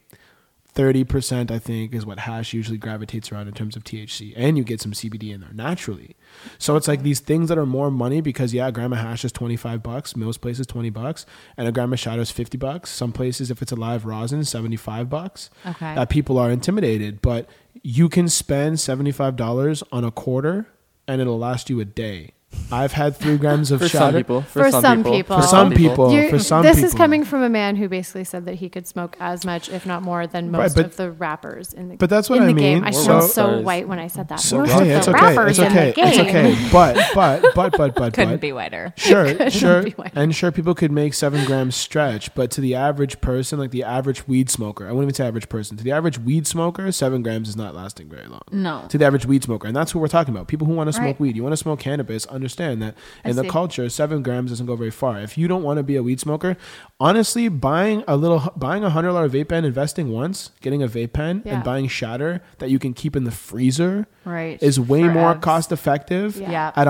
30% i think is what hash usually gravitates around in terms of thc and you get some cbd in there naturally so it's like these things that are more money because yeah a gram of hash is 25 bucks most places 20 bucks and a gram of shadow is 50 bucks some places if it's a live rosin 75 bucks Okay. that people are intimidated but you can spend $75 on a quarter and it'll last you a day I've had three grams of For some shatter. people. For some people. For some people. You're- For some this people. is coming from a man who basically said that he could smoke as much, if not more, than Right, most but- of the rappers in the but that's what in I the mean. game. I So- sound so Rockstars. white when I said that. So, most hey, of it's the okay. rappers It's okay. in the It's game. okay. But but but but but Couldn't but be whiter. Sure, sure, be white. and sure. People could make seven grams stretch, but to the average person, like the average weed smoker, I wouldn't even say average person. To the average weed smoker, seven grams is not lasting very long. No. To the average weed smoker, and that's what we're talking about. People who want to smoke Right. weed, you want to smoke cannabis, understand that in the see. culture, seven grams doesn't go very far. If you don't want to be a weed smoker, honestly, buying a little, buying a hundred dollar vape pen, investing once, getting a vape pen, Yeah. and buying shatter that you can keep in the freezer, Right. is way For more abs. cost effective Yeah. at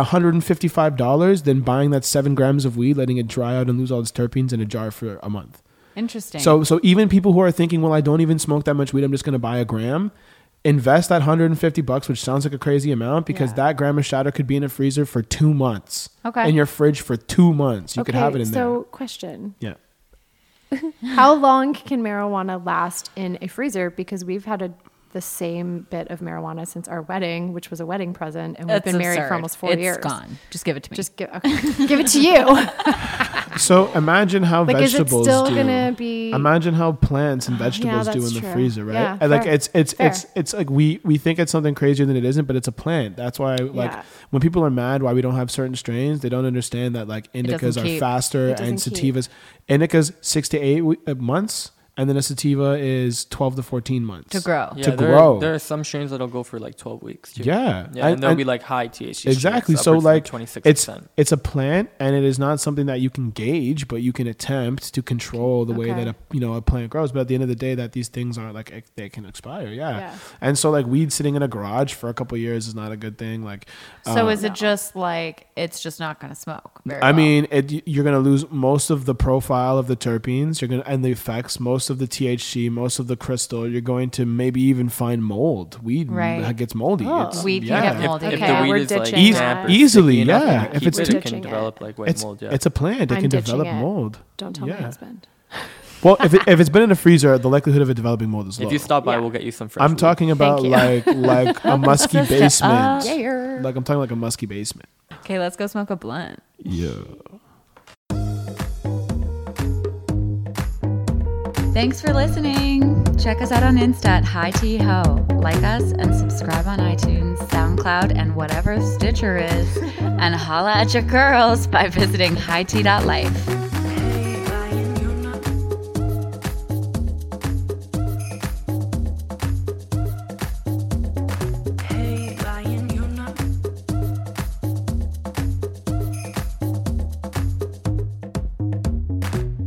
$155 than buying that seven grams of weed, letting it dry out and lose all its terpenes in a jar for a month. Interesting. So, so even people who are thinking, well, I don't even smoke that much weed, I'm just going to buy a gram, invest that 150 bucks, which sounds like a crazy amount because Yeah. that gram of shatter could be in a freezer for two months. Okay. In your fridge for two months. You could Okay, have it in so question: there. Yeah. How long can marijuana last in a freezer? Because we've had a the same bit of marijuana since our wedding, which was a wedding present, and we've been married for almost four years. It's gone. Just give it to me. Just give, okay, give it to you. So imagine how Like, is it vegetables still do. gonna be- Imagine how plants and vegetables do that's in the true. freezer, right? Yeah, And, like fair. it's it's Fair. it's it's like we we think it's something crazier than it isn't, but it's a plant. That's why like Yeah. when people are mad why we don't have certain strains, they don't understand that like indicas doesn't are keep. faster It and doesn't keep. sativas. Indicas six to eight w- uh, months, and then a sativa is twelve to fourteen months to grow. Yeah, to there, grow. Are, there are some strains that'll go for like 12 weeks. Too. Yeah. Yeah, I- and they'll I- be like high THC. exactly strains, so upwards of, like 26%. it's it's a plant and it is not something that you can gauge but you can attempt to control the way Okay. that a you know a plant grows but at the end of the day that these things are like ex- they can expire yeah, Yeah. and so like weed sitting in a garage for a couple years is not a good thing like So is it just like it's just not going to smoke? Very Oh. I well? mean, it, you're going to lose most of the profile of the terpenes. You're going to and the effects, most of the THC, most of the crystal. You're going to maybe even find mold. Weed Right. gets moldy. Oh. It's- Weed can yeah. get If- moldy. if Okay, the weed we're is like ditching Eas- damp or easily, sticky enough, yeah. you can If keep it's it, too- it can Ditching it. develop like white It's, mold. Yeah. it's a plant. It I'm can ditching develop it. mold. Don't tell my Yeah. husband. Well, if, it, if it's been in a freezer, the likelihood of it developing mold is low. if you stop by, Yeah. we'll get you some fresh. I'm weed. talking about you. like like a musky basement. uh, Yeah. Like I'm talking like a musky basement. okay, let's go smoke a blunt. Yeah. Thanks for listening. Check us out on Insta at Hi T Ho. Like us and subscribe on iTunes, SoundCloud, and whatever Stitcher is. and holla at your girls by visiting high tea.life.